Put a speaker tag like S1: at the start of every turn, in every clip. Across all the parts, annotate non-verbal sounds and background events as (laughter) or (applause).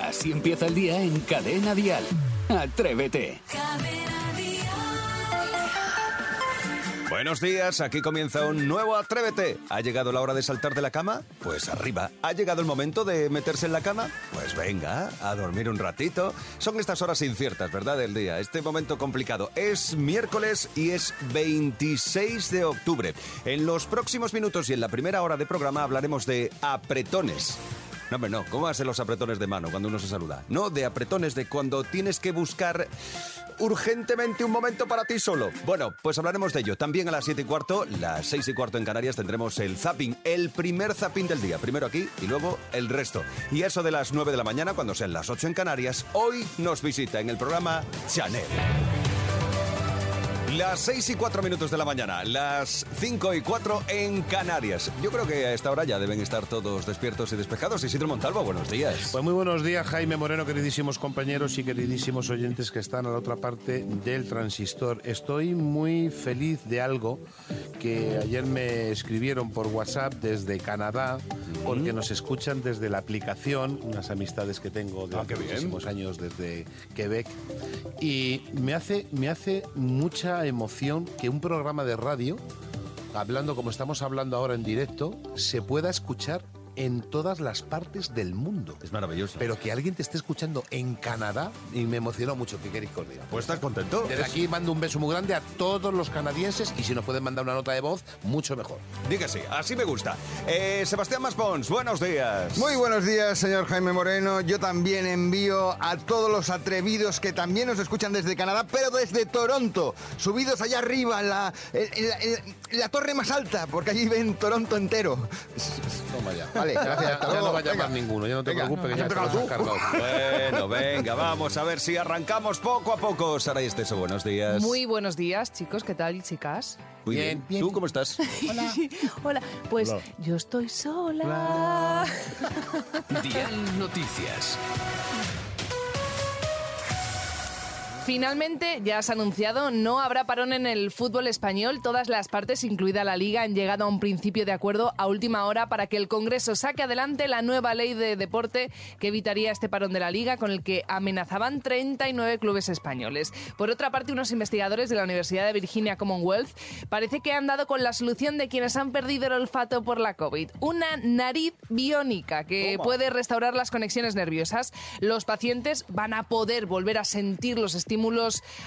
S1: Así empieza el día en Cadena Dial. Atrévete.
S2: Buenos días, aquí comienza un nuevo Atrévete. ¿Ha llegado la hora de saltar de la cama? Pues arriba. ¿Ha llegado el momento de meterse en la cama? Pues venga, a dormir un ratito. Son estas horas inciertas, ¿verdad? Del día, este momento complicado. Es miércoles y es 26 de octubre. En los próximos minutos y en la primera hora de programa hablaremos de apretones. No, hombre, no. ¿Cómo hacen los apretones de mano cuando uno se saluda? No, de apretones de cuando tienes que buscar urgentemente un momento para ti solo. Bueno, pues hablaremos de ello. También a las 7 y cuarto, las 6 y cuarto en Canarias tendremos el zapping, el primer zapping del día. Primero aquí y luego el resto. Y eso de las 9 de la mañana, cuando sean las 8 en Canarias, hoy nos visita en el programa Chanel. Las 6 y 4 minutos de la mañana, las 5 y 4 en Canarias. Yo creo que a esta hora ya deben estar todos despiertos y despejados. Isidro Montalvo, buenos días.
S3: Pues muy buenos días, Jaime Moreno, queridísimos compañeros y queridísimos oyentes que están a la otra parte del transistor. Estoy muy feliz de algo que ayer me escribieron por WhatsApp desde Canadá, porque nos escuchan desde la aplicación, unas amistades que tengo de
S2: Ah,
S3: hace
S2: qué bien.
S3: muchísimos años desde Quebec. Y me hace, me hace mucha emoción que un programa de radio hablando como estamos hablando ahora en directo, se pueda escuchar en todas las partes del mundo.
S2: Es maravilloso.
S3: Pero que alguien te esté escuchando en Canadá y me emocionó mucho, que queréis que os diga?
S2: pues estás contento.
S3: Desde aquí mando un beso muy grande a todos los canadienses y si nos pueden mandar una nota de voz, mucho mejor.
S2: Dígase, así me gusta. Eh, Sebastián Maspons, buenos días.
S4: Muy buenos días, señor Jaime Moreno. Yo también envío a todos los atrevidos que también nos escuchan desde Canadá, pero desde Toronto, subidos allá arriba, en la, en la- en la torre más alta, porque allí ven Toronto entero.
S3: Toma ya.
S4: Vale,
S3: Ya-
S4: gracias,
S2: (laughs)
S4: hasta
S3: ya
S4: luego,
S3: no va a llamar
S4: venga.
S3: ninguno, ya no te
S4: Venga.
S3: preocupes, que
S4: Ya
S3: ya
S4: empezaba
S3: estamos
S4: tú.
S3: cargados.
S2: Bueno, venga, vamos a ver si arrancamos poco a poco. Sara y Esteso, buenos días.
S5: Muy buenos días, chicos. ¿Qué tal, chicas?
S2: Muy bien.
S3: Bien, bien.
S2: ¿Tú cómo estás?
S5: Hola. (laughs) Hola. Pues yo estoy sola.
S1: Dial Noticias.
S5: Finalmente, ya se ha anunciado, no habrá parón en el fútbol español. Todas las partes, incluida la Liga, han llegado a un principio de acuerdo a última hora para que el Congreso saque adelante la nueva ley de deporte que evitaría este parón de la Liga, con el que amenazaban 39 clubes españoles. Por otra parte, unos investigadores de la Universidad de Virginia Commonwealth parece que han dado con la solución de quienes han perdido el olfato por la COVID. Una nariz biónica que puede restaurar las conexiones nerviosas. Los pacientes van a poder volver a sentir los estímulos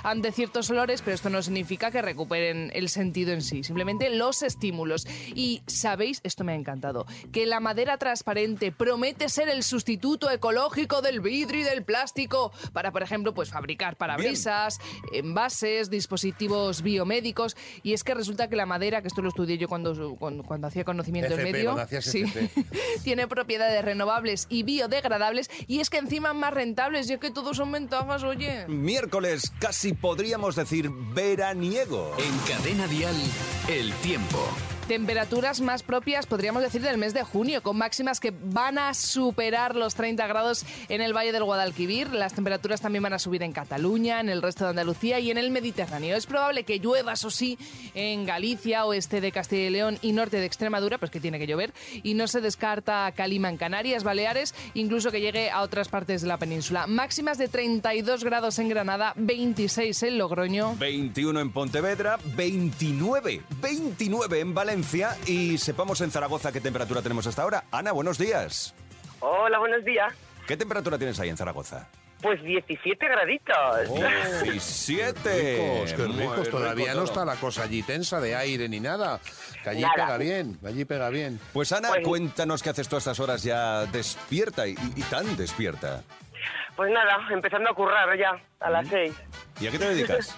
S5: ante ciertos olores, pero esto no significa que recuperen el sentido en sí, simplemente los estímulos. Y sabéis, esto me ha encantado, que la madera transparente promete ser el sustituto ecológico del vidrio y del plástico para, por ejemplo, pues fabricar parabrisas, envases, dispositivos biomédicos. Y es que resulta que la madera, que esto lo estudié yo cuando, cuando, cuando hacía conocimiento en
S3: FP,
S5: medio,
S3: cuando hacías
S5: sí,
S3: FP.
S5: (laughs) tiene propiedades renovables y biodegradables y es que encima más rentables. Y es que todos son ventajas, oye.
S2: Miércoles, casi podríamos decir veraniego.
S1: En Cadena Dial, el tiempo.
S5: Temperaturas más propias, podríamos decir, del mes de junio, con máximas que van a superar los 30 grados en el Valle del Guadalquivir. Las temperaturas también van a subir en Cataluña, en el resto de Andalucía y en el Mediterráneo. Es probable que llueva, eso sí, en Galicia, oeste de Castilla y León y norte de Extremadura, pues que tiene que llover. Y no se descarta Calima en Canarias, Baleares, incluso que llegue a otras partes de la península. Máximas de 32 grados en Granada, 26 en Logroño.
S2: 21 en Pontevedra, 29, 29 en Valencia y sepamos en Zaragoza qué temperatura tenemos hasta ahora. Ana, buenos días.
S6: Hola, buenos días.
S2: ¿Qué temperatura tienes ahí en Zaragoza?
S6: Pues 17 graditos.
S2: 17.
S3: Oh, Ricos, qué
S2: Muy
S3: ricos,
S2: rico
S3: todavía no
S2: todo.
S3: está la cosa allí tensa de aire ni nada. Que allí
S6: Nada.
S3: pega bien, allí pega bien.
S2: Pues Ana,
S6: Pues-
S2: cuéntanos qué haces tú a estas horas ya despierta y, y tan despierta.
S6: Pues nada, empezando a currar ya, a las 6.
S2: ¿Y a qué te dedicas?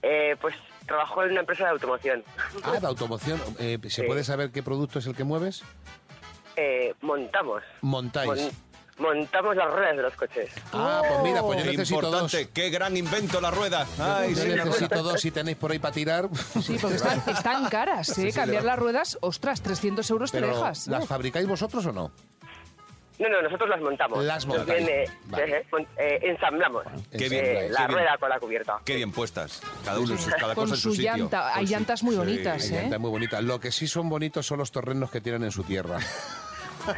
S6: Eh, pues trabajo en una empresa de automoción.
S3: Ah, de automoción. eh, ¿Se
S6: Sí.
S3: puede saber qué producto es el que mueves?
S6: Eh, montamos.
S3: Montáis.
S6: Mon- montamos las ruedas de los coches.
S3: Ah, pues mira, (laughs) pues yo
S2: Qué
S3: necesito
S2: Oh, importante,
S3: dos.
S2: qué gran invento la rueda. Ay,
S3: yo
S2: sí, la rueda.
S3: necesito dos si tenéis por ahí para tirar.
S5: Sí, porque están, están caras, ¿eh? Cambiar las ruedas, ostras, 300 euros
S3: (laughs)
S5: te
S3: Pero,
S5: dejas.
S3: ¿Las fabricáis vosotros o no?
S6: No, no, nosotros las montamos.
S3: Las
S6: Nos
S3: montáis.
S6: viene-
S3: Vale.
S6: eh, mon- eh, ensamblamos
S2: Qué
S6: eh,
S2: bien,
S6: la
S2: qué bien.
S6: rueda con la cubierta.
S2: Qué bien puestas. Cada uno en sus, cada
S5: Con
S2: cosa en su,
S5: su
S2: sitio. Pues
S5: llanta. Hay
S2: Con su-
S5: llantas muy bonitas,
S3: Hay
S5: ¿eh?
S3: llantas muy
S6: (laughs)
S3: bonitas. Lo que sí son bonitos son los torrenos que tienen en su tierra.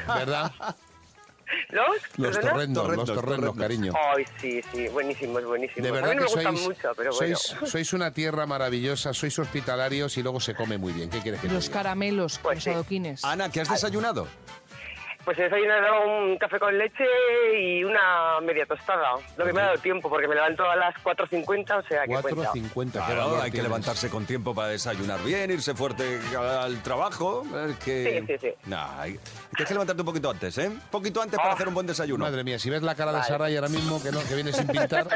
S3: ¿Verdad?
S6: ¿Los?
S3: Los
S6: ¿Perdona?
S3: torrendos,
S2: Torrendos,
S3: los torrendos,
S2: torrendos.
S3: cariño.
S6: Ay, sí, sí, buenísimos, buenísimos.
S3: De
S6: Oh, a
S3: verdad
S6: mí
S3: que
S6: no me gustan
S3: sois,
S6: mucho, pero bueno.
S3: sois, sois una tierra maravillosa, sois hospitalarios y luego se come muy bien. ¿Qué quieres que te
S5: Los
S3: diga?
S5: caramelos,
S6: Pues
S5: los
S6: sí.
S5: adoquines.
S2: Ana, ¿qué has desayunado?
S6: Pues he desayunado un café con leche y una media tostada. Lo que me ha dado tiempo, porque me levanto a las 4.50, o sea que cuenta.
S3: 4.50. qué
S2: Claro,
S3: valor
S2: hay que
S3: tienes.
S2: levantarse con tiempo para desayunar bien, irse fuerte al trabajo. Es que...
S6: Sí, sí, sí.
S2: Nah, hay... Tienes que levantarte un poquito antes, ¿eh? Un poquito antes para
S6: Ah.
S2: hacer un buen desayuno.
S3: Madre mía, si ves la cara de
S6: Vale.
S3: Saray ahora mismo, que no, que viene
S6: (laughs)
S3: sin pintar.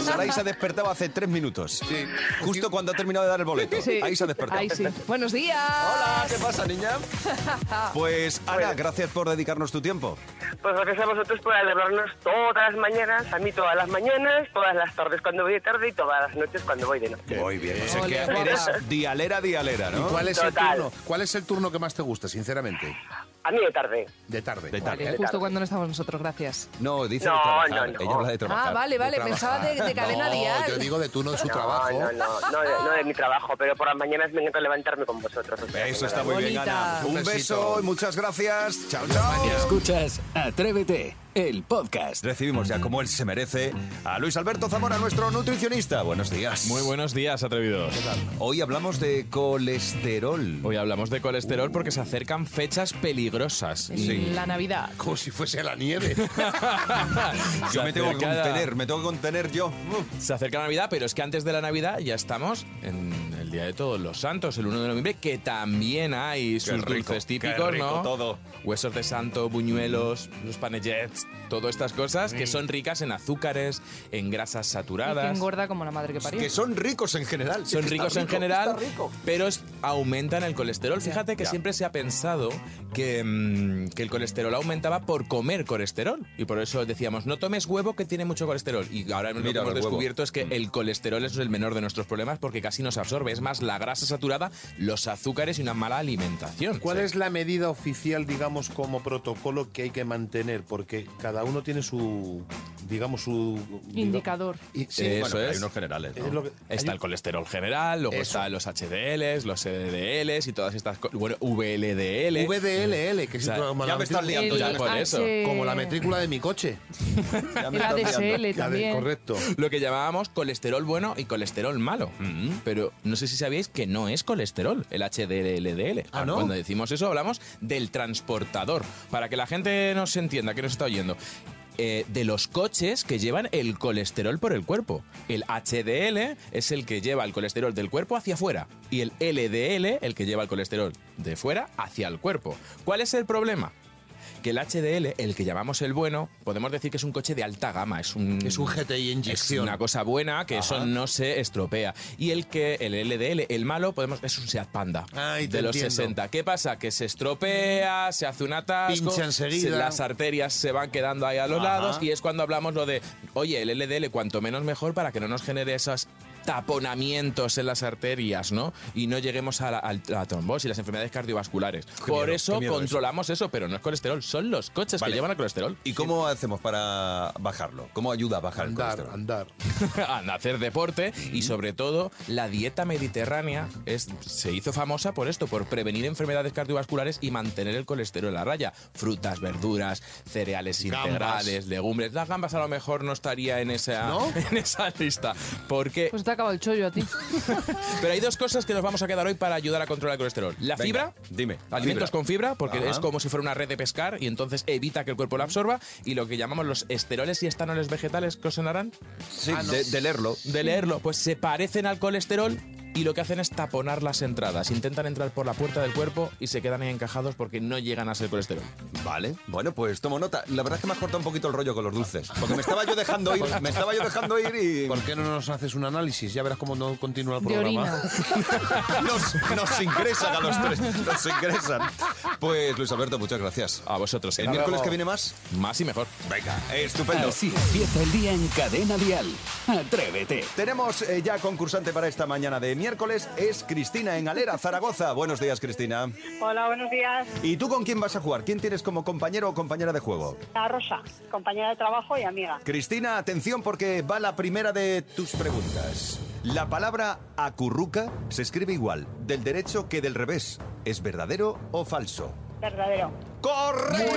S2: Saray se ha despertado hace tres minutos.
S3: Sí.
S2: Justo cuando ha terminado de dar el boleto.
S5: Sí.
S2: Ahí se ha despertado.
S5: Ahí sí. Buenos días.
S2: Hola, ¿qué pasa, niña? Pues, Ana, gracias por dedicarnos tu tiempo.
S6: Pues gracias a vosotros por alegrarnos todas las mañanas, a mí todas las mañanas, todas las tardes cuando voy de tarde y todas las noches cuando voy de noche.
S2: Muy bien. O sea,
S5: Ole,
S2: que
S5: guapa.
S2: eres dialera, dialera, ¿no?
S3: ¿Cuál es, el
S6: Total.
S3: turno, ¿Cuál es el turno que más te gusta, sinceramente?
S6: A mí de tarde.
S3: De tarde.
S2: De tarde.
S5: Vale, justo cuando no estamos nosotros, gracias.
S2: No, dice
S6: No,
S2: de trabajar.
S6: no, no.
S2: Ella habla de trabajar.
S5: Ah, vale, vale,
S3: trabajar.
S5: pensaba de, de cadena
S3: no,
S5: dial.
S3: Yo digo de turno de su
S6: no,
S3: trabajo.
S6: No, no, no, de, no de mi trabajo, pero por las mañanas me encanta levantarme con vosotros. o sea,
S2: Eso
S6: que
S2: está
S6: nada.
S2: muy bien,
S5: Bonita.
S2: Ana. Un
S3: Un besito.
S2: beso y muchas gracias. Chao, chao.
S1: Escuchas Atrévete, el podcast.
S2: Recibimos ya como él se merece a Luis Alberto Zamora, nuestro nutricionista. Buenos días.
S7: Muy buenos días, atrevidos.
S2: Hoy hablamos de colesterol.
S7: Hoy hablamos de colesterol porque se acercan fechas
S2: (laughs)
S7: peligrosas.
S2: Sí.
S5: La Navidad.
S3: Como si fuese la
S2: (laughs)
S3: nieve.
S2: Yo me
S7: Se
S2: tengo que
S7: acerca-
S2: contener, me tengo que contener yo. Mm.
S7: Se acerca Navidad, pero es que antes de la Navidad ya estamos en el Día de Todos los Santos, el 1 de noviembre, que también hay sus
S2: rico,
S7: dulces
S2: qué
S7: típicos,
S2: rico
S7: ¿no?
S2: todo.
S7: Huesos de santo, buñuelos, los panellets, todas estas cosas que son ricas en azúcares, en grasas
S5: Y que
S7: saturadas.
S5: engorda como la madre que parió.
S2: Que son ricos en general. sí
S7: son
S2: que está
S7: ricos en
S2: rico,
S7: general,
S2: está rico.
S7: pero es- aumentan el colesterol. Fíjate que siempre se ha pensado que, mm, que el colesterol aumentaba por comer colesterol. Y por eso decíamos, no tomes huevo que tiene mucho colesterol. Y ahora lo que
S2: Mira,
S7: hemos
S2: el huevo.
S7: descubierto es que
S3: Mm.
S7: el colesterol es el menor de nuestros problemas porque casi no se absorbe. Es más, la grasa saturada, los azúcares y una mala alimentación.
S3: ¿Cuál
S7: Sí.
S3: es la medida oficial, digamos, como protocolo que hay que mantener? Porque cada uno tiene su, digamos, su... diga-
S5: Indicador.
S3: Y- sí,
S7: Eso
S3: bueno,
S7: es.
S2: Hay unos generales, ¿no?
S3: es lo que-
S7: Está
S3: hay-
S7: el colesterol general, luego
S3: Eso.
S7: están los HDLs, los LDLs y todas estas cosas. Bueno, VLDL.
S3: VDLL, que es
S7: sea,
S3: como
S2: ya
S3: la
S2: me estás
S3: matrícula-
S2: liando, ya
S7: me por eso.
S3: Como la matrícula de mi coche.
S2: Ya me
S5: La
S2: está liando.
S5: DSL
S3: La de-
S2: (laughs)
S5: también.
S3: correcto.
S7: (laughs) lo que llamábamos colesterol bueno y colesterol malo. Mm, Pero no sé si sabíais que no es colesterol, el HDLDL.
S3: Ah, ¿no?
S7: Cuando decimos eso hablamos del transportador. Para que la gente nos entienda, que nos está oyendo. Eh, de los coches que llevan el colesterol por el cuerpo. El HDL es el que lleva el colesterol del cuerpo hacia afuera y el LDL el que lleva el colesterol de fuera hacia el cuerpo. ¿Cuál es el problema? Que el HDL, el que llamamos el bueno, podemos decir que es un coche de alta gama, es un
S3: Es un GTI inyección.
S7: es una cosa buena, que eso no se estropea. Y el que, el LDL, el malo, podemos, es un Seat Panda.
S3: Ay, te
S7: de los
S3: entiendo.
S7: 60. ¿Qué pasa? Que se estropea, se hace un atasco.
S3: Pincha
S7: se-
S3: enseguida.
S7: Las arterias se van quedando ahí a los
S3: Ajá.
S7: lados. Y es cuando hablamos lo de, oye, el LDL cuanto menos mejor para que no nos genere esos taponamientos en las arterias, ¿no? Y no lleguemos a la, al- a la trombosis y las enfermedades cardiovasculares. Por
S2: miedo, qué
S7: eso
S2: miedo eso.
S7: controlamos eso. pero no es colesterol, son los coches
S2: Vale.
S7: que llevan el colesterol.
S2: ¿Y cómo hacemos para bajarlo? ¿Cómo ayuda a bajar el
S3: Andar,
S2: colesterol?
S3: andar.
S7: (laughs) a hacer deporte y sobre todo la dieta mediterránea es, se hizo famosa por esto, por prevenir enfermedades cardiovasculares y mantener el colesterol a raya. Frutas, verduras, cereales
S3: Gambas.
S7: integrales, legumbres. Las gambas a lo mejor no estaría en esa,
S3: ¿No?
S7: (laughs) en esa lista. Porque,
S5: Pues te ha acabado el chollo a ti.
S7: pero hay dos cosas que nos vamos a quedar hoy para ayudar a controlar el colesterol. La
S2: Venga,
S7: fibra.
S2: Dime.
S7: Alimentos con fibra, porque
S2: Ajá.
S7: es como si fuera una red de pescar y entonces evita que el cuerpo la absorba. Y lo que llamamos los esteroles y estanoles vegetales, que os sonarán,
S3: Ah,
S2: Sí, de, de leerlo.
S7: de leerlo, pues se parecen al colesterol y lo que hacen es taponar las entradas. Intentan entrar por la puerta del cuerpo y se quedan ahí encajados porque no llegan a ser colesterol.
S2: Vale. Bueno, pues tomo nota. La verdad es que me has cortado un poquito el rollo con los dulces. Porque me estaba yo dejando ir. Me estaba yo dejando ir y.
S3: ¿Por qué no nos haces un análisis? Ya verás cómo no continúa el
S5: De
S3: programa. (laughs)
S5: orina.
S2: Nos, nos ingresan a los tres. Nos ingresan. Pues Luis Alberto, muchas gracias.
S7: A pues, vosotros.
S2: El
S7: Hasta
S2: miércoles
S7: luego.
S2: que viene más.
S7: Más y mejor.
S2: Venga, estupendo.
S1: Así empieza el día en cadena Dial. Atrévete.
S2: Tenemos eh, ya concursante para esta mañana de miércoles. Es Cristina en Alera, Zaragoza. Buenos días, Cristina.
S8: Hola, buenos días.
S2: ¿Y tú con quién vas a jugar? ¿Quién tienes como compañero o compañera de juego?
S8: La Rosa, compañera de trabajo y amiga.
S2: Cristina, atención porque va la primera de tus preguntas. La palabra acurruca se escribe igual del derecho que del revés. ¿Es verdadero o falso?
S8: Verdadero.
S2: ¡Correcto!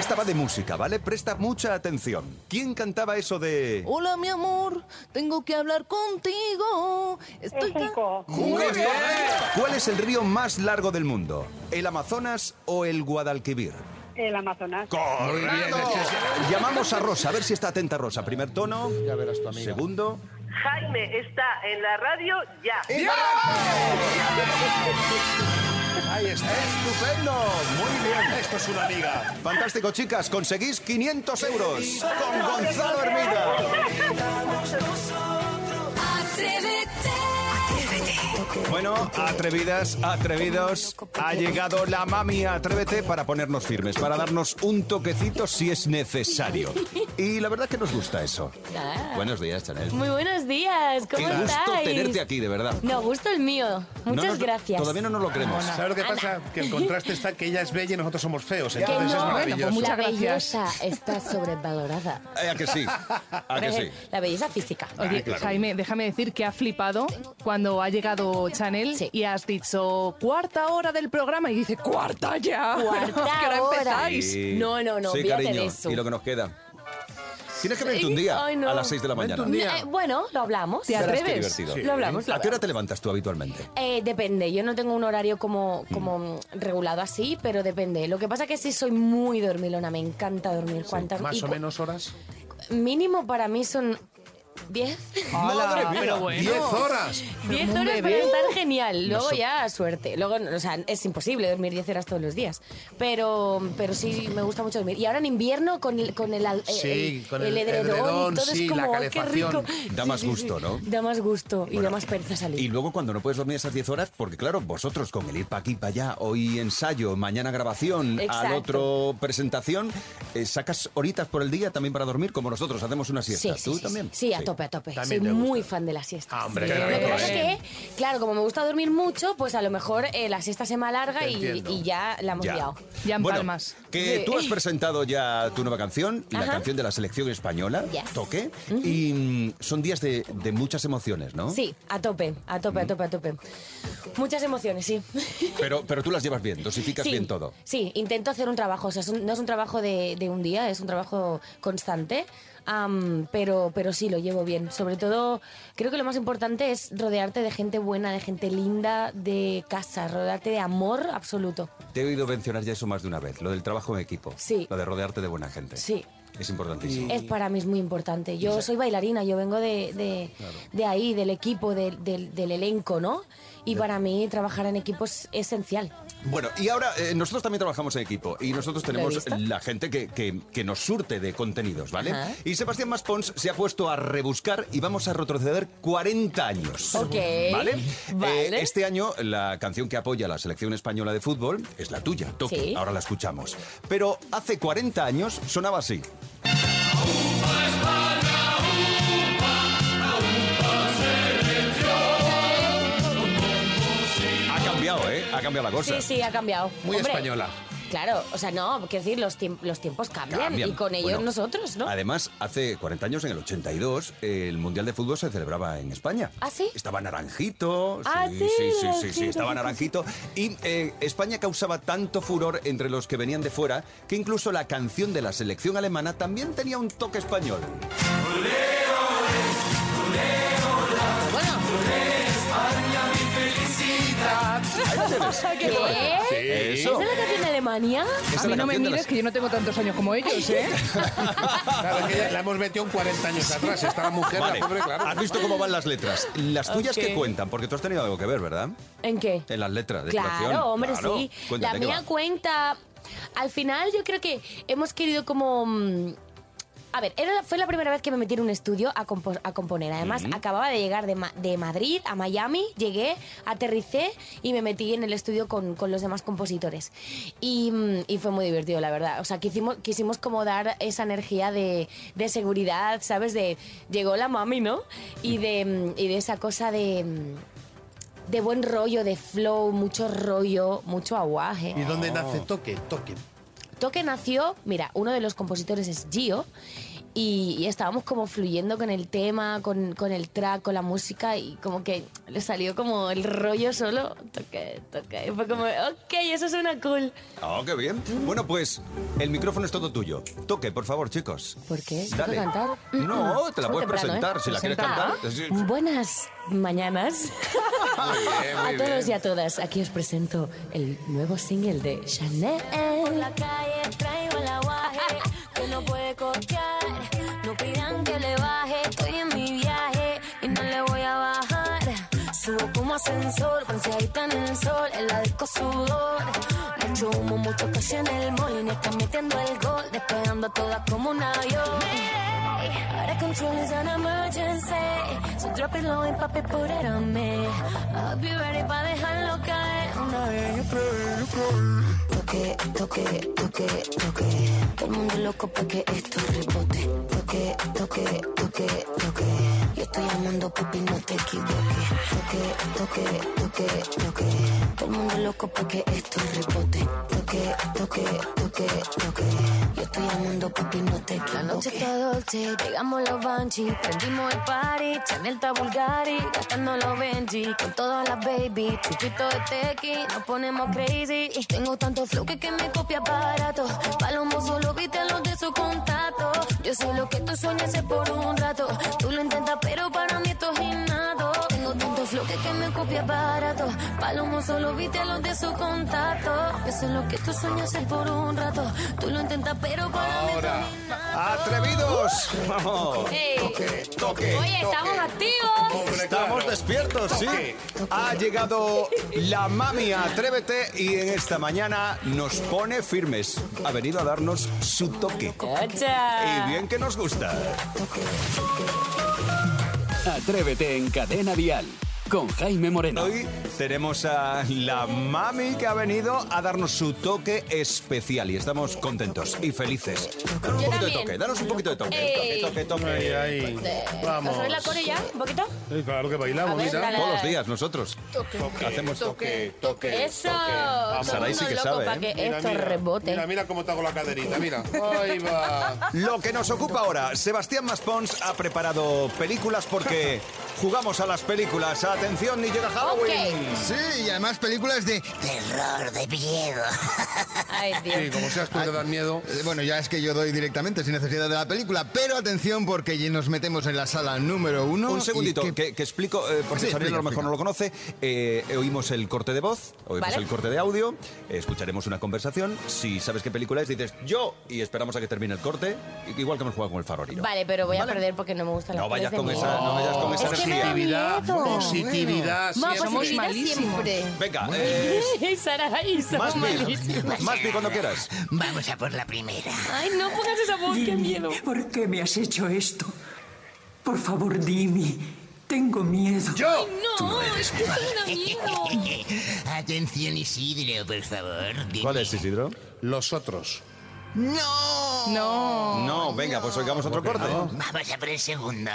S2: Estaba de música, ¿vale? Presta mucha atención. ¿Quién cantaba eso de...?
S5: Hola, mi amor, tengo que hablar contigo. Estoy
S8: Es el
S5: ca-
S8: co.
S2: ¡Es correcto! ¿Cuál es el río más largo del mundo? ¿El Amazonas o el Guadalquivir?
S8: El Amazonas.
S3: Muy bien, ese es-
S2: Llamamos a Rosa, a ver si está atenta Rosa. Primer tono.
S3: Ya verás tu amiga.
S2: Segundo.
S9: Jaime está en la radio ya.
S2: Eh, Ahí está. ¡Estupendo! Muy bien. Esto es una amiga. Fantástico, chicas. Conseguís 500 euros con Gonzalo Hermida. Bueno, atrevidas, atrevidos. Ha llegado la mami. Atrévete para ponernos firmes, para darnos un toquecito si es necesario. Y la verdad que nos gusta eso. Buenos días, Chanel.
S10: Muy buenos días, ¿cómo
S2: Qué
S10: estáis?
S2: gusto tenerte aquí, de verdad.
S10: No, gusto el mío.
S2: No
S10: Muchas
S2: nos lo-
S10: gracias.
S2: Todavía no nos lo creemos.
S3: ¿Sabes lo que pasa? Que el contraste está que ella es bella y nosotros somos feos.
S10: Que
S3: Entonces es
S5: pues
S10: no,
S3: maravilloso.
S10: la
S5: muchas gracias.
S10: belleza está sobrevalorada.
S2: Eh, ¿A que sí? ¿A que sí?
S10: La belleza física.
S2: Ah,
S5: Oye, Jaime, déjame decir que ha flipado cuando ha llegado Chanel
S10: Sí.
S5: y has dicho cuarta hora del programa y dice cuarta ya. (laughs)
S10: Cuarta
S5: que ahora
S10: hora.
S5: empezáis.
S2: Sí.
S10: No, no, no,
S2: Sí,
S10: olvídate
S2: cariño,
S10: de eso.
S2: Y lo que nos queda. Tienes que venirte un día
S10: Ay, no.
S2: a las 6 de la
S3: Vente
S2: mañana.
S3: un día.
S10: Eh, bueno, lo hablamos.
S5: ¿Te
S2: Verás qué
S5: atreves?
S2: divertido.
S10: Sí. Lo hablamos, lo
S2: ¿A qué hora
S10: hablamos.
S2: te levantas tú habitualmente?
S10: Eh, depende, yo no tengo un horario como, como mm, regulado así, pero depende. Lo que pasa que sí soy muy dormilona, me encanta dormir. ¿Cuántas? y
S3: Más o
S10: cu-
S3: menos horas.
S10: Mínimo para mí son 10.
S5: Hola, pero bueno.
S3: 10 horas.
S10: 10
S5: un
S10: horas
S5: bebé.
S10: para estar genial, luego ya suerte. Luego, o sea, es imposible dormir 10 horas todos los días, pero, pero sí me gusta mucho dormir. Y ahora en invierno con el, con el, al-
S3: Sí,
S10: el-
S3: con
S10: el
S3: el
S10: edredón,
S3: edredón,
S10: y todo
S3: sí,
S10: es como,
S3: la
S10: ¡ay, qué
S3: calefacción.
S10: rico!
S2: Da más gusto, ¿no?
S10: Da más gusto y da más pereza salir.
S2: Y luego cuando no puedes dormir esas 10 horas, porque claro, vosotros con el ir para aquí, para allá, hoy ensayo, mañana grabación, al
S10: Exacto.
S2: otro presentación, eh, sacas horitas por el día también para dormir, como nosotros, hacemos una siesta. ¿Tú
S10: sí,
S2: también?
S10: Sí, a tope, a tope.
S3: También
S10: Soy
S3: te gusta.
S10: muy fan de las siestas.
S3: Ah, hombre,
S10: Sí.
S3: qué
S10: Lo
S3: rico,
S10: que pasa
S3: ¿eh?
S10: es que, claro, como me gusta dormir mucho, pues a lo mejor eh, la siesta se me alarga
S3: Te
S10: y,
S3: entiendo.
S10: y ya la hemos liado.
S5: Ya en
S2: Bueno,
S5: palmas.
S2: Que
S10: Sí.
S2: tú has presentado ya tu nueva canción, la
S10: Ajá.
S2: canción de la selección española,
S10: Yes.
S2: Toque, y mm, son días de, de muchas emociones, ¿no?
S10: Sí, a tope, a tope, a tope, a tope. Muchas emociones, sí.
S2: Pero, pero tú las llevas bien, dosificas
S10: sí,
S2: bien todo.
S10: Sí, intento hacer un trabajo. O sea, es un- no es un trabajo de, de un día, es un trabajo constante. Am, pero, pero sí, lo llevo bien. Sobre todo, creo que lo más importante es rodearte de gente buena, de gente linda, de casa, rodearte de amor absoluto.
S2: Te he oído mencionar ya eso más de una vez, lo del trabajo en equipo.
S10: Sí.
S2: Lo de rodearte de buena gente.
S10: Sí.
S2: Es importantísimo.
S10: Es para mí es muy importante. Yo soy bailarina, yo vengo de, de, de ahí, del equipo, del- del- del elenco, ¿no? Y para mí trabajar en equipo es esencial.
S2: Bueno, y ahora eh, nosotros también trabajamos en equipo y nosotros tenemos
S10: visto?
S2: la gente que, que- que nos surte de contenidos, ¿vale?
S10: Ajá.
S2: Y Sebastián Maspons se ha puesto a rebuscar y vamos a retroceder 40 años.
S10: Ok, (laughs)
S2: ¿Vale? Eh,
S10: vale.
S2: este año la canción que apoya a la selección española de fútbol es la tuya, Toque.
S10: Sí.
S2: Ahora la escuchamos. Pero hace 40 años sonaba así. Ha cambiado, ¿eh? Ha cambiado la cosa.
S10: Sí, sí, ha cambiado.
S3: Muy
S10: Hombre,
S3: española.
S10: Claro, o sea, no, quiero decir, los, tiemp- los tiempos cambian,
S2: Cambian.
S10: y con ellos
S2: Bueno,
S10: nosotros, ¿no?
S2: Además, hace 40 años, en el 82, el Mundial de Fútbol se celebraba en España.
S10: ¿Ah, sí?
S2: Estaba Naranjito.
S10: Ah,
S2: sí,
S10: sí,
S2: sí, sí, sí,
S10: Naranjito,
S2: estaba
S10: sí,
S2: Naranjito. Y eh, España causaba tanto furor entre los que venían de fuera que incluso la canción de la selección alemana también tenía un toque español.
S10: ¿Qué?
S2: Eso.
S10: ¿Esa es la canción de Alemania?
S2: Esa
S5: A
S2: es
S5: mí
S2: la
S5: ¿Eh? no me
S2: canción de la-
S5: mires que yo no tengo tantos años como ellos, ¿eh?
S3: Claro, que ya la hemos metido un 40 años atrás. Está la mujer,
S2: Vale,
S3: la pobre, claro.
S2: has visto cómo van las letras. Las tuyas
S10: Ok.
S2: que cuentan, porque tú has tenido algo que ver, ¿verdad?
S10: ¿En qué?
S2: En las letras de canción.
S10: Claro, hombre,
S2: Claro.
S10: sí.
S2: Cuéntame,
S10: la
S2: ¿qué
S10: mía
S2: va?
S10: cuenta. Al final, yo creo que hemos querido como. mm, A ver, era la- fue la primera vez que me metí en un estudio a, compo- a componer. Además, acababa de llegar de, Ma- de Madrid a Miami, llegué, aterricé y me metí en el estudio con, con los demás compositores. Y, mm, y fue muy divertido, la verdad. O sea, quisimos, quisimos como dar esa energía de, de seguridad, ¿sabes? De llegó la mami, ¿no? Y de, mm, y de esa cosa de... mm, de buen rollo, de flow, mucho rollo, mucho aguaje.
S3: ¿Y dónde nace Toque? Toque.
S10: Toque nació, mira, uno de los compositores es Gio y, y estábamos como fluyendo con el tema, con, con el track, con la música y como que le salió como el rollo solo. Toque, toque. Y fue como, "Oh, ok, eso suena cool.
S2: Oh, qué bien. Bueno, pues el micrófono es todo tuyo. Toque, por favor, chicos.
S10: ¿Por qué? ¿Tengo
S2: Dale.
S10: que cantar?
S2: No, te la
S10: Es muy
S2: puedes presentar, si la quieres cantar. Sí.
S10: ¿eh? Buenas mañanas.
S2: muy (laughs)
S10: a todos
S2: bien.
S10: y a todas, aquí os presento el nuevo single de Chanel.
S11: la calle traigo el aguaje que no puede copiar. No pidan que le baje, estoy en mi viaje y no le voy a bajar. Subo como ascensor, bronceadita en el sol, en la disco sudor. Mucho humo, mucho cash en el mall y está metiendo el gol, despegando a todas como un avión. Out of control is an emergency. So drop it low and papi, put it on me. I'll be ready pa' dejarlo caer. Una vez yo probé, yo probé. Toque, toque, toque, toque. Todo el mundo loco pa' que esto rebote. Toque, toque, toque, toque. Yo estoy amando, papi, no te equivoques. Toque, toque, toque, toque. Todo el mundo loco pa' que esto rebote. Toque, toque, toque, toque. Yo estoy amando, papi, no te equivoques.
S12: La noche está dolce, pegamos los banshees, prendimos el party, Chanel está Bulgari, gastando los Benji, con todas las baby, chupito de tequi, nos ponemos crazy. Tengo tanto flow que, que me copia barato, palomo solo viste a los de su contacto. Yo soy lo que tú soñaste por un rato, tú lo intentas pero para mí esto es innato. Tengo tanto flow que, que me copia barato, palomo solo viste a los de su contacto. Yo soy lo que tú soñaste por un rato, tú lo intentas pero para mí esto es
S2: Ahora, atrevidos. Vamos.
S10: Toque,
S2: toque.
S10: Oye, estamos activos.
S2: Estamos despiertos, sí. Ha llegado la mami, a atrévete y en esta mañana nos pone firmes. Ha venido a darnos su toque.
S10: Ocha.
S2: Y bien que nos gusta.
S1: Atrévete en Cadena Dial con Jaime Moreno.
S2: Hoy tenemos a la mami que ha venido a darnos su toque especial y estamos contentos y felices. Danos un poquito de
S10: también.
S2: toque, danos un poquito de toque. Eh,
S10: Ey. Eh,
S2: Toque, toque, toque.
S3: Ahí, ahí. Vamos.
S10: ¿Sabes la core ya? ¿Un poquito?
S3: Eh, Claro que
S10: A
S3: bailamos,
S10: ver,
S3: mira.
S10: dale,
S2: Todos los días nosotros.
S10: Toque.
S2: Hacemos toque, toque.
S10: Eso.
S2: Vamos,
S10: Todo
S2: Saray
S10: el
S2: sí
S10: mundo
S2: que
S10: loco
S2: sabe,
S10: pa'
S2: ¿eh?
S10: que
S3: Mira,
S10: esto
S3: mira,
S10: rebote.
S3: Mira, mira cómo te hago la
S10: (laughs)
S3: caderita, mira. Ahí va.
S2: (laughs) Lo que nos ocupa ahora, Sebastián Maspons ha preparado películas porque jugamos a las películas. Atención, ni llega Halloween.
S4: Sí, y además películas de terror, de miedo.
S10: Ay,
S3: Sí,
S10: Dios.
S3: como seas tú de dar miedo.
S4: Eh, Bueno, ya es que yo doy directamente sin necesidad de la película, pero atención porque ya nos metemos en la sala número uno.
S2: Un segundito,
S4: y que-
S2: que, que explico, eh, porque
S4: Sí,
S2: Sabrina a lo
S4: explica,
S2: mejor no lo conoce. Eh, oímos el corte de voz, oímos
S10: Vale.
S2: el corte de audio, escucharemos una conversación. Si sabes qué película es, dices yo y esperamos a que termine el corte, igual que hemos jugado con el farolino.
S10: Vale, pero voy a perder porque no me gusta la
S2: No vayas con
S10: miedo.
S2: esa, no vayas con esa
S10: Es que me da
S2: energía.
S10: miedo.
S3: Oh. Positividad, positividad.
S10: Vamos,
S3: siempre.
S5: somos
S10: positividad
S5: malísimos.
S10: siempre.
S2: Venga, eh,
S10: (laughs) Saray, somos
S2: más
S10: malísimos.
S2: beat, (laughs) más beat cuando quieras.
S11: Vamos a por la primera.
S10: Ay, no pongas esa voz, qué miedo.
S13: ¿Por qué me has hecho esto? Por favor, dime. Tengo miedo.
S3: Yo.
S10: No, es que esto da miedo.
S11: Atención Isidro, por favor. dime.
S2: ¿Cuál es, Isidro?
S3: Los otros.
S4: ¡No!
S5: No.
S2: No, venga, pues oigamos otro corte.
S11: Vamos a por el segundo.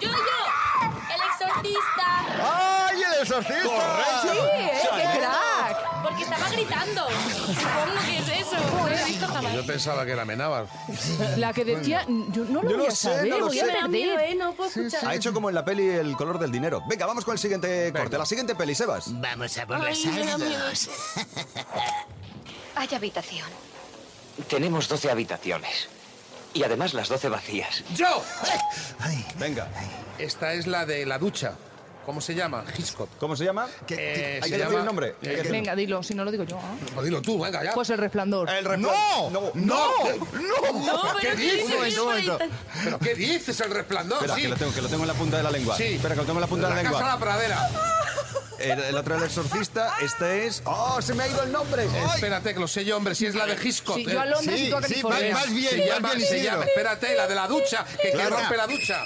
S10: Yo, yo, el exorcista.
S4: ¡Ay, el exorcista!
S2: Correcto.
S5: Sí, ¿eh? ¡Qué crack!
S10: Porque estaba gritando. Supongo que es eso. No lo he visto jamás.
S3: Yo pensaba que era Menábar.
S5: La que decía, yo no lo
S2: Yo no
S5: voy a
S2: sé,
S5: saber,
S2: no lo
S5: voy a
S2: sé.
S10: Me da miedo,
S5: perder.
S10: ¿eh? No puedo escuchar.
S2: Ha hecho como en la peli el color del dinero. Venga, vamos con el siguiente corte. La siguiente peli, Sebas.
S11: Vamos a por la
S10: Ay, me da
S11: sala
S10: miedo.
S11: dos.
S12: Hay habitación.
S14: Tenemos 12 habitaciones. Y además las 12 vacías.
S3: ¡Yo!
S2: Venga.
S3: Esta es la de la ducha. ¿Cómo se llama? Hitchcock.
S2: ¿Cómo se llama?
S3: Eh,
S2: Hay
S3: se
S2: que decir
S3: llama-
S2: el nombre.
S3: Eh,
S2: Hay que decir-
S5: Venga, dilo, si no lo digo yo. ¿ah?
S3: Pues dilo tú, venga, ya.
S5: Pues el resplandor.
S2: El replan-
S4: ¡No! ¡No!
S10: No,
S4: ¡No!
S10: pero
S3: ¿Qué
S10: ¿qué
S3: dices?
S10: dice?
S4: Un momento, un momento.
S3: ¿Pero qué dices? El resplandor,
S2: Espera,
S3: sí.
S2: que lo, tengo, que lo tengo en la punta de la lengua.
S3: Sí.
S2: Espera, que lo tengo en la punta de la
S3: casa a la
S2: lengua.
S3: pradera.
S2: El, el otro es el exorcista, este es... ¡Oh, se me ha ido el nombre! Este, ¡Ay!
S3: Espérate, que lo sé yo, hombre, si es la de Hitchcock.
S5: Sí,
S3: eh.
S5: yo a Londres y tú a
S4: Sí, sí,
S5: California.
S4: más bien,
S3: se
S4: más
S3: llama,
S4: bien,
S3: se
S4: Isidro.
S3: llama. Espérate, la de la ducha, que, que
S4: Claro.
S3: rompe la ducha.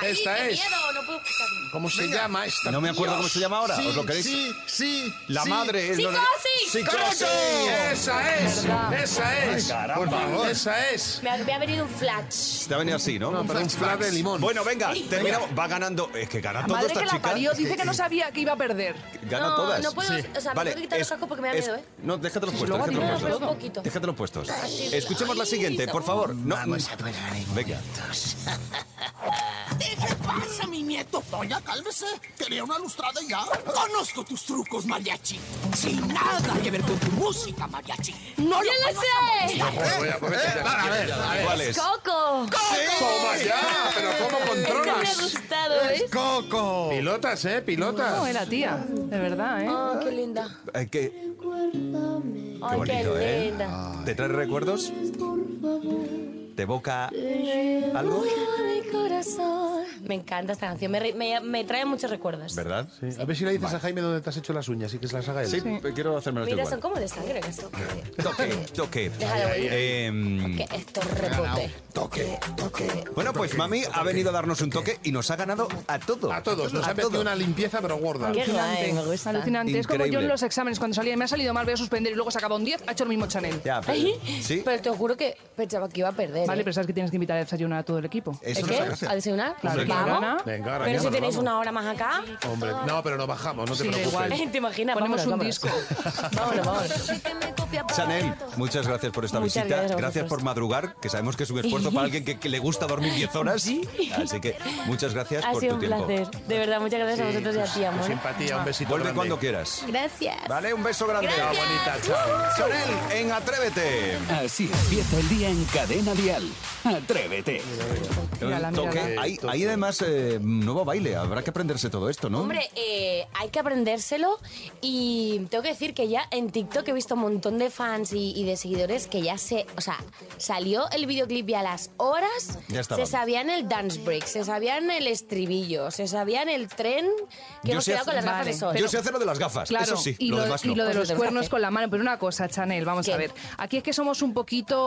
S10: ahí,
S3: Esta
S10: qué
S3: es.
S10: miedo, no puedo explicarlo.
S3: ¿Cómo se
S4: Venga.
S3: llama esta?
S2: No me acuerdo cómo se llama ahora,
S3: Sí,
S2: ¿os lo queréis?
S4: Sí, sí.
S2: La
S4: sí.
S2: madre es lo-
S10: Psicosis.
S2: Psicosis.
S3: ¡Correcto! Esa es, esa es.
S2: Ay, caramba.
S3: Por favor. Esa es.
S10: Me ha, me ha venido un flash.
S2: Te ha venido así, ¿no?
S3: No, pero un flan de limón.
S2: Bueno, venga, terminamos. Va ganando. Es que gana
S5: La
S2: todo
S5: madre
S2: esta
S5: que la
S2: chica.
S5: parió dice que no sabía que iba a perder.
S2: Gana
S10: No,
S2: todas.
S10: no puedo- Sí. o sea, me tengo que quitar los
S2: es-
S10: cascos porque me da
S2: es-
S10: miedo, ¿eh?
S2: No, déjate los puestos.
S10: luego
S2: Déjate
S10: digo
S2: los
S10: todo. Pero un
S2: puestos.
S10: poquito.
S2: Déjate los puestos.
S10: Así.
S2: Escuchemos la
S10: Ay,
S2: siguiente, por favor. No,
S14: Vamos a parar en momentos.
S15: ¿Qué pasa, mi nieto? Doña, cálmese. Quería una lustrada ya. Conozco tus trucos, mariachi. Sin nada que ver con tu música, mariachi. No
S10: ¡Ya
S15: lo
S10: lo sé!
S3: Eh, a ver, a ver.
S2: ¿Cuál es?
S10: ¡Coco!
S3: Toma ya, pero ¿cómo
S10: Ese me ha
S3: controlas?
S10: gustado, ¿eh?
S4: ¡Coco!
S3: Pilotas, ¿eh? Pilotas.
S5: No, era tía, de verdad,
S2: Ah,
S5: ¿eh?
S10: Oh, qué linda.
S2: Eh, ¿qué?
S10: Ay, qué
S2: bonito, ¿eh?
S10: linda.
S2: ¿Te trae recuerdos? ¿Te evoca algo?
S10: Me encanta esta canción, me, re- me- me trae muchos recuerdos.
S2: ¿Verdad?
S3: Sí, A ver si le dices a Jaime dónde te has hecho las uñas y que se las haga él.
S2: Sí, pues, quiero hacerme las
S10: Mira, son
S2: igual.
S10: como de sangre esto.
S2: Toque,
S10: (laughs)
S2: toque.
S10: Déjalo, güey.
S2: Em,
S10: Que esto rebote.
S4: Toque, toque.
S2: Bueno, pues mami ha venido a darnos un toque y nos ha ganado a todo.
S3: A todos, nos
S2: A
S3: ha metido
S2: todo.
S3: una limpieza, pero gorda.
S10: Qué guay, me
S5: Alucinante.
S10: gusta.
S5: Alucinante. Es como yo
S2: Increíble.
S5: en los exámenes cuando salía, me ha salido mal, voy a suspender y luego se acaba un 10, ha hecho el mismo Chanel.
S2: Ya, pero, sí.
S10: Pero te juro que pensaba que iba a perder.
S5: Vale,
S10: ¿eh?
S5: pero sabes que tienes que invitar a desayunar a todo el equipo.
S2: Eso
S10: ¿El
S2: nos
S10: qué?
S2: agradece.
S10: ¿A desayunar?
S5: Claro,
S3: Hombre,
S10: ¿Vamos?
S5: claro.
S3: Venga, ahora
S10: pero
S3: ya
S10: si
S3: nos
S10: tenéis
S3: vamos.
S10: una hora más acá,
S3: Hombre, no, pero no bajamos, no te
S5: Sí, da igual.
S10: (laughs)
S3: preocupes.
S10: te imaginas,
S5: Ponemos
S10: vámonos,
S5: un
S10: vámonos.
S5: disco.
S10: Vámonos, vámonos.
S2: Chanel, muchas gracias por esta
S10: Muchas
S2: visita.
S10: gracias a
S2: Gracias,
S10: vosotros.
S2: por madrugar, que sabemos que es un esfuerzo para alguien que, que le gusta dormir 10 horas. Así que muchas gracias
S10: Ha
S2: por
S10: sido
S2: tu
S10: un
S2: tiempo.
S10: placer. De verdad, muchas gracias a vosotros y a ti,
S3: Con
S10: amor.
S3: pues, simpatía, un besito
S2: Vuelve
S3: grande.
S2: cuando quieras.
S10: Gracias.
S2: Vale, un beso grande.
S10: Gracias.
S2: Chao,
S3: Bonita, chao.
S2: Chanel, en Atrévete.
S1: Así empieza el día en Cadena Dial. Atrévete.
S5: Mírala,
S2: Toque.
S5: mírala.
S2: Hay, hay además eh, nuevo baile, habrá que aprenderse todo esto,
S5: Mm.
S2: ¿no?
S10: Hombre, eh, hay que aprendérselo y tengo que decir que ya en TikTok he visto un montón de fans y, y de seguidores que ya se, o sea, salió el videoclip y a las horas
S2: Ya estaba.
S10: se sabían el dance break, se sabían el estribillo, se sabían el tren que
S2: Yo
S10: hemos
S2: sé
S10: quedado con las gafas
S5: Vale.
S10: de sol.
S2: Yo sé hacer lo de las gafas,
S5: Claro,
S2: eso sí,
S5: y
S2: lo,
S5: lo,
S2: demás
S5: y
S2: no.
S5: lo de
S10: Pues
S5: los
S10: lo demás
S5: cuernos
S10: hace.
S5: con la mano. Pero una cosa, Chanel, vamos
S10: ¿Qué?
S5: a ver. Aquí es que somos un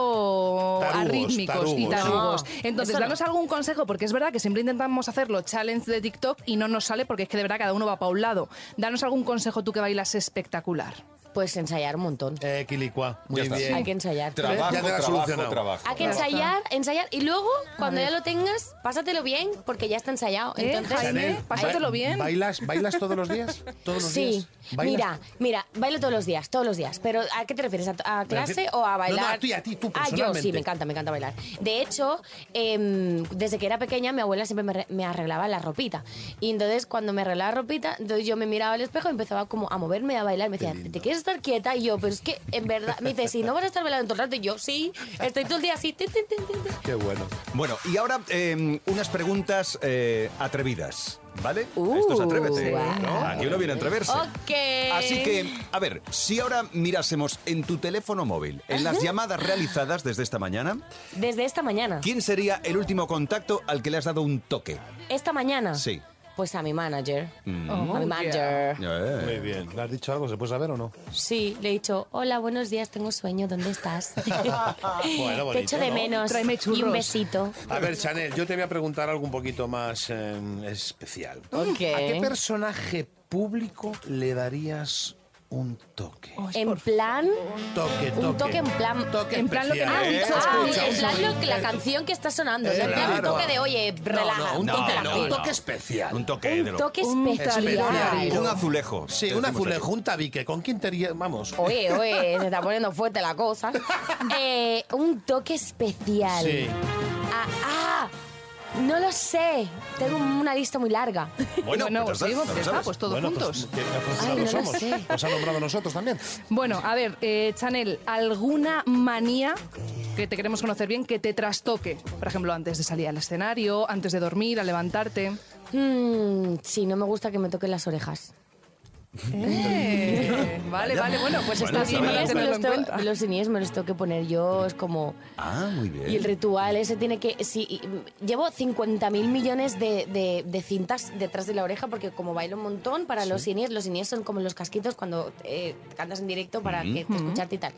S5: poquito
S3: Tarugos,
S5: arrítmicos y
S3: tarugos.
S5: tarugos.
S10: No,
S5: Entonces,
S10: eso no.
S5: danos algún consejo, porque es verdad que siempre intentamos hacerlo challenge de TikTok y no nos sale porque es que de verdad cada uno va para un lado. Danos algún consejo tú que bailas espectacular.
S10: Pues ensayar un montón.
S3: Eh, Quilicua, muy
S2: Ya está.
S3: bien.
S10: Hay que ensayar.
S2: Trabajo,
S3: Ya te la has
S2: trabajo,
S3: solucionado.
S2: trabajo.
S10: Hay que
S5: Ya está.
S10: ensayar, ensayar y luego cuando ya lo tengas, pásatelo bien porque ya está ensayado.
S5: ¿Eh,
S10: Entonces,
S5: Jaime?
S3: Chanel,
S5: pásatelo bien.
S3: ¿Bailas, ¿Bailas todos
S10: (laughs)
S3: los días? ¿Todos los
S10: Sí,
S3: días? ¿Bailas?
S10: mira, mira, bailo todos los días, todos los días. Pero ¿a qué te refieres? ¿A, a clase o a
S3: No, no,
S10: bailar?
S3: a ti, a ti, tú,
S10: Ah, yo sí,
S3: personalmente.
S10: me encanta, me encanta bailar. De hecho, em, desde que era pequeña, mi abuela siempre me, re- me arreglaba la ropita. Y entonces, cuando me arreglaba la ropita, entonces yo me miraba al espejo y empezaba como a moverme, a bailar. Me decía, ¿te quieres estar quieta? Y yo, pero es que, en verdad, me dice, si no vas a estar bailando todo el rato, y yo, sí, estoy todo el día así. tin, tin, tin, tin, tin".
S3: Qué bueno.
S2: Bueno, y ahora eh, unas preguntas eh, atrevidas, ¿vale?
S10: Uh,
S2: Esto es atrévete.
S10: guau.
S2: ¿no? Aquí uno viene a atreverse.
S10: Ok.
S2: Así que, a ver, si ahora mirásemos en tu teléfono móvil, en las llamadas realizadas desde esta mañana,
S10: Desde esta mañana.
S2: ¿quién sería el último contacto al que le has dado un toque?
S10: ¿Esta mañana?
S2: Sí.
S10: Pues a mi manager.
S3: Mm.
S5: Oh,
S10: a mi
S5: yeah.
S10: manager.
S2: Eh.
S3: Muy bien. ¿Le has dicho algo? ¿Se puede saber o no?
S10: Sí, le he dicho, hola, buenos días, tengo sueño, ¿dónde
S3: (laughs)
S10: estás? (laughs)
S3: bonito,
S10: Te echo de
S3: ¿no?
S10: menos.
S5: Tráeme
S10: Y un
S5: churros.
S10: besito.
S3: A ver, Chanel, yo te voy a preguntar algo un poquito más eh, especial.
S10: Ok.
S3: ¿A qué personaje público le darías un toque?
S5: Pues, Em,
S10: En plan,
S3: Toque, toque.
S10: un toque en plan...
S3: Toque
S5: en plan lo que me
S3: especial. ¿eh?
S5: has dicho.
S10: Ah,
S3: Escucha,
S10: en plan
S3: un-
S10: lo que- la canción que está sonando.
S3: Eh,
S10: no en plan un
S3: claro.
S10: toque de, oye, relaja.
S3: un
S10: ponte
S3: toque,
S10: la
S3: no,
S10: piel".
S3: un toque especial.
S2: Un toque de
S10: Un
S2: lo-
S10: toque
S5: Un
S10: especial.
S3: especial.
S2: Un azulejo.
S3: Sí,
S2: Te
S3: un
S2: decimos
S3: azulejo, un tabique. ¿Con quién te haría- Vamos.
S10: Oye, oye, se está poniendo fuerte la
S3: (laughs)
S10: cosa. Eh, un toque especial.
S3: Sí.
S10: Ah, ah, no lo sé. Tengo una lista muy larga.
S3: (laughs)
S2: aquí. Bueno,
S5: Bueno,
S2: pues ya
S5: seguimos,
S2: está,
S5: ya está,
S2: ¿sabes? mm.
S5: pues todos
S3: Bueno,
S5: juntos.
S3: Pues, qué afortunados
S10: Ay, no lo
S3: somos.
S10: sé.
S3: Nos ha nombrado a nosotros también.
S5: Bueno, a ver, eh, Chanel, ¿alguna manía que te queremos conocer bien que te trastoque? Por ejemplo, antes de salir al escenario, antes de dormir, al levantarte.
S10: Mm, sí, no me gusta que me toquen las orejas.
S5: (laughs) Eh, vale, vale, bueno, pues está bien
S10: Los
S5: para tenerlo en
S10: siniestros,
S5: cuenta.
S10: los siniestros me los tengo que poner yo, es como...
S2: Ah, muy bien.
S10: Y el ritual ese tiene que... Sí, y, mm, llevo 50.000 millones de, de- de cintas detrás de la oreja porque como bailo un montón, para los sinies, los sinies son como los casquitos cuando eh, cantas en directo para
S11: Ujú.
S10: que te escucharte y tal.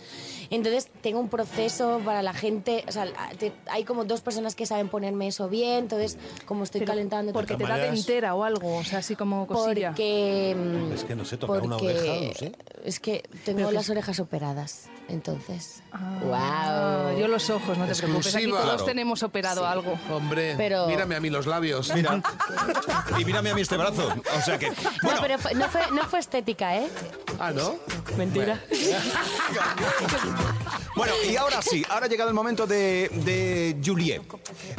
S10: Entonces tengo un proceso para la gente, o sea, la- te- hay como dos personas que saben ponerme eso bien, entonces como estoy calentando...
S5: Porque te da de entera o algo, o sea, así como cosilla.
S10: Porque... mm,
S16: Es que no sé, tocar una
S10: porque-
S16: oreja, no sé.
S10: Es que
S5: Pero
S10: tengo
S5: que
S10: las
S5: es-
S10: orejas operadas, entonces.
S5: Ah,
S10: wow.
S5: Yo los ojos, no te preocupes. Aquí
S3: Exclusiva.
S5: todos
S3: Claro.
S5: tenemos operado algo.
S3: Hombre,
S10: Pero-
S3: mírame a mí los labios.
S2: Mira. Y mírame a mí este brazo. O sea que.
S10: No, pero fue- no, fue, no fue
S16: (laughs)
S10: estética, ¿eh?
S3: Ah, ¿no?
S10: Mentira.
S2: Bueno, y ahora sí, ahora ha llegado el momento de, de Juliet.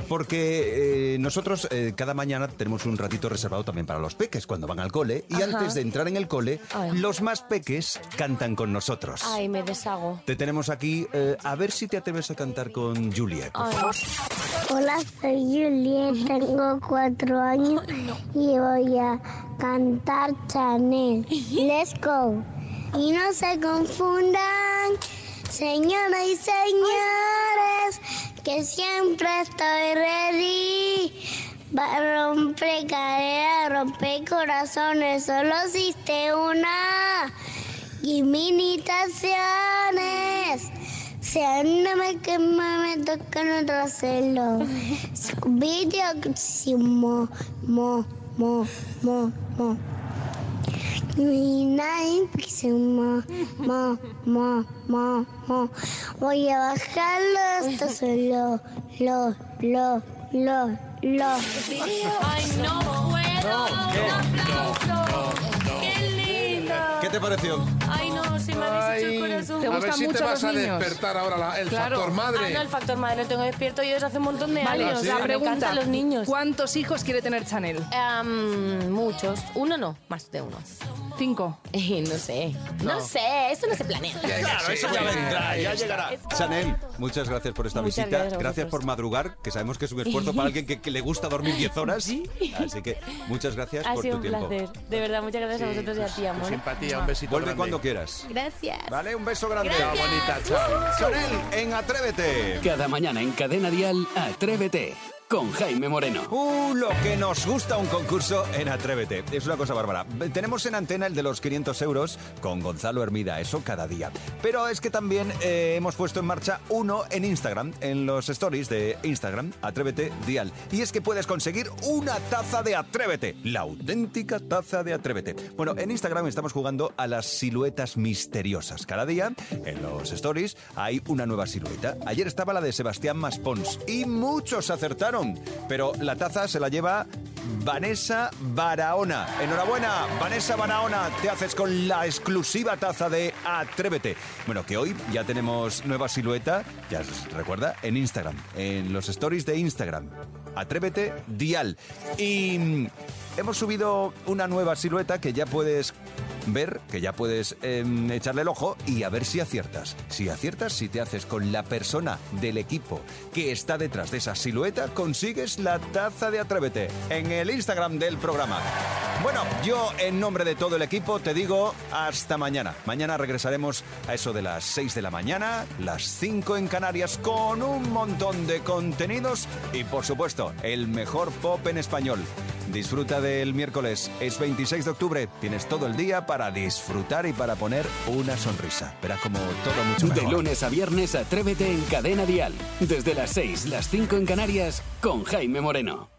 S2: Porque eh, nosotros eh, cada mañana tenemos un ratito reservado también para los peques cuando van al cole. Y
S10: Ajá.
S2: antes de entrar en el cole,
S10: Ay.
S2: los más peques cantan con nosotros.
S10: Ay, me deshago.
S2: Te tenemos aquí, eh, a ver si te atreves a cantar con Juliet.
S10: Ay.
S17: Hola, soy Juliet, tengo cuatro años y voy a cantar Chanel. Let's go. Y no se confundan, señoras y señores, que siempre estoy ready. Va romper cadera, romper corazones, solo existe una. Y imitaciones. Se ándame que me tocan el trasero. Video si mo, mo, mo, mo, mo. Y nadie se mo, mo, mo, mo, mo. Voy a bajarlo hasta solo, lo, lo, lo, lo.
S11: Ay, no puedo. Qué lindo.
S2: ¿Qué te pareció?
S10: Ay, no, se me ha deshecho el corazón.
S3: a ver si te vas a despertar ahora la- el factor
S10: Ah,
S3: madre.
S10: no, el factor madre lo tengo despierto yo desde hace un montón de
S5: Vale,
S10: años.
S5: ¿sí?
S10: o sea, me
S5: pregunta,
S10: encantan los niños.
S5: ¿Cuántos hijos quiere tener Chanel?
S10: muchos. Uno no, más de uno. (laughs)
S5: ¿Cinco?
S10: no sé. No,
S2: No.
S10: sé, eso no se planea.
S2: Claro, eso ya vendrá, ya llegará. Chanel, muchas gracias por esta
S10: Muchas
S2: visita.
S10: gracias a
S2: Gracias, por madrugar, que sabemos que es un esfuerzo para alguien que, que le gusta dormir 10 horas. Así que muchas gracias
S10: Ha
S2: por
S10: sido
S2: tu
S10: un
S2: tiempo.
S10: placer. De verdad, muchas gracias a
S2: Sí,
S10: vosotros y a ti, amor.
S3: Simpatía, un besito.
S2: Vuelve
S3: grande.
S2: cuando quieras.
S10: Gracias.
S2: Vale, un beso grande.
S1: Gracias.
S3: Chao, bonita,
S10: Uh,
S2: Chanel, en Atrévete.
S1: Cada mañana en Cadena Dial, Atrévete con Jaime Moreno.
S2: Uh, lo que nos gusta un concurso en Atrévete. Es una cosa bárbara. Tenemos en antena el de los 500 euros con Gonzalo Hermida, eso cada día. Pero es que también eh, hemos puesto en marcha uno en Instagram, en los stories de Instagram, Atrévete Dial. Y es que puedes conseguir una taza de Atrévete, la auténtica taza de Atrévete. Bueno, en Instagram estamos jugando a las siluetas misteriosas. Cada día, en los stories, hay una nueva silueta. Ayer estaba la de Sebastián Maspons y muchos acertaron. Pero la taza se la lleva Vanessa Barahona. Enhorabuena, Vanessa Barahona. Te haces con la exclusiva taza de Atrévete. Bueno, que hoy ya tenemos nueva silueta, ya os recuerda, en Instagram, en los stories de Instagram. Atrévete Dial. Y mm, hemos subido una nueva silueta que ya puedes ver, que ya puedes em, echarle el ojo y a ver si aciertas. Si aciertas, si te haces con la persona del equipo que está detrás de esa silueta, consigues la taza de Atrévete en el Instagram del programa. Bueno, yo en nombre de todo el equipo te digo hasta mañana. Mañana regresaremos a eso de las 6 de la mañana, las 5 en Canarias, con un montón de contenidos y por supuesto el mejor pop en español. Disfruta del miércoles, es 26 de octubre, tienes todo el día para disfrutar y para poner una sonrisa. Verás como todo mucho
S1: De
S2: mejor.
S1: lunes a viernes, Atrévete en Cadena Dial. Desde las 6, las 5 en Canarias, con Jaime Moreno.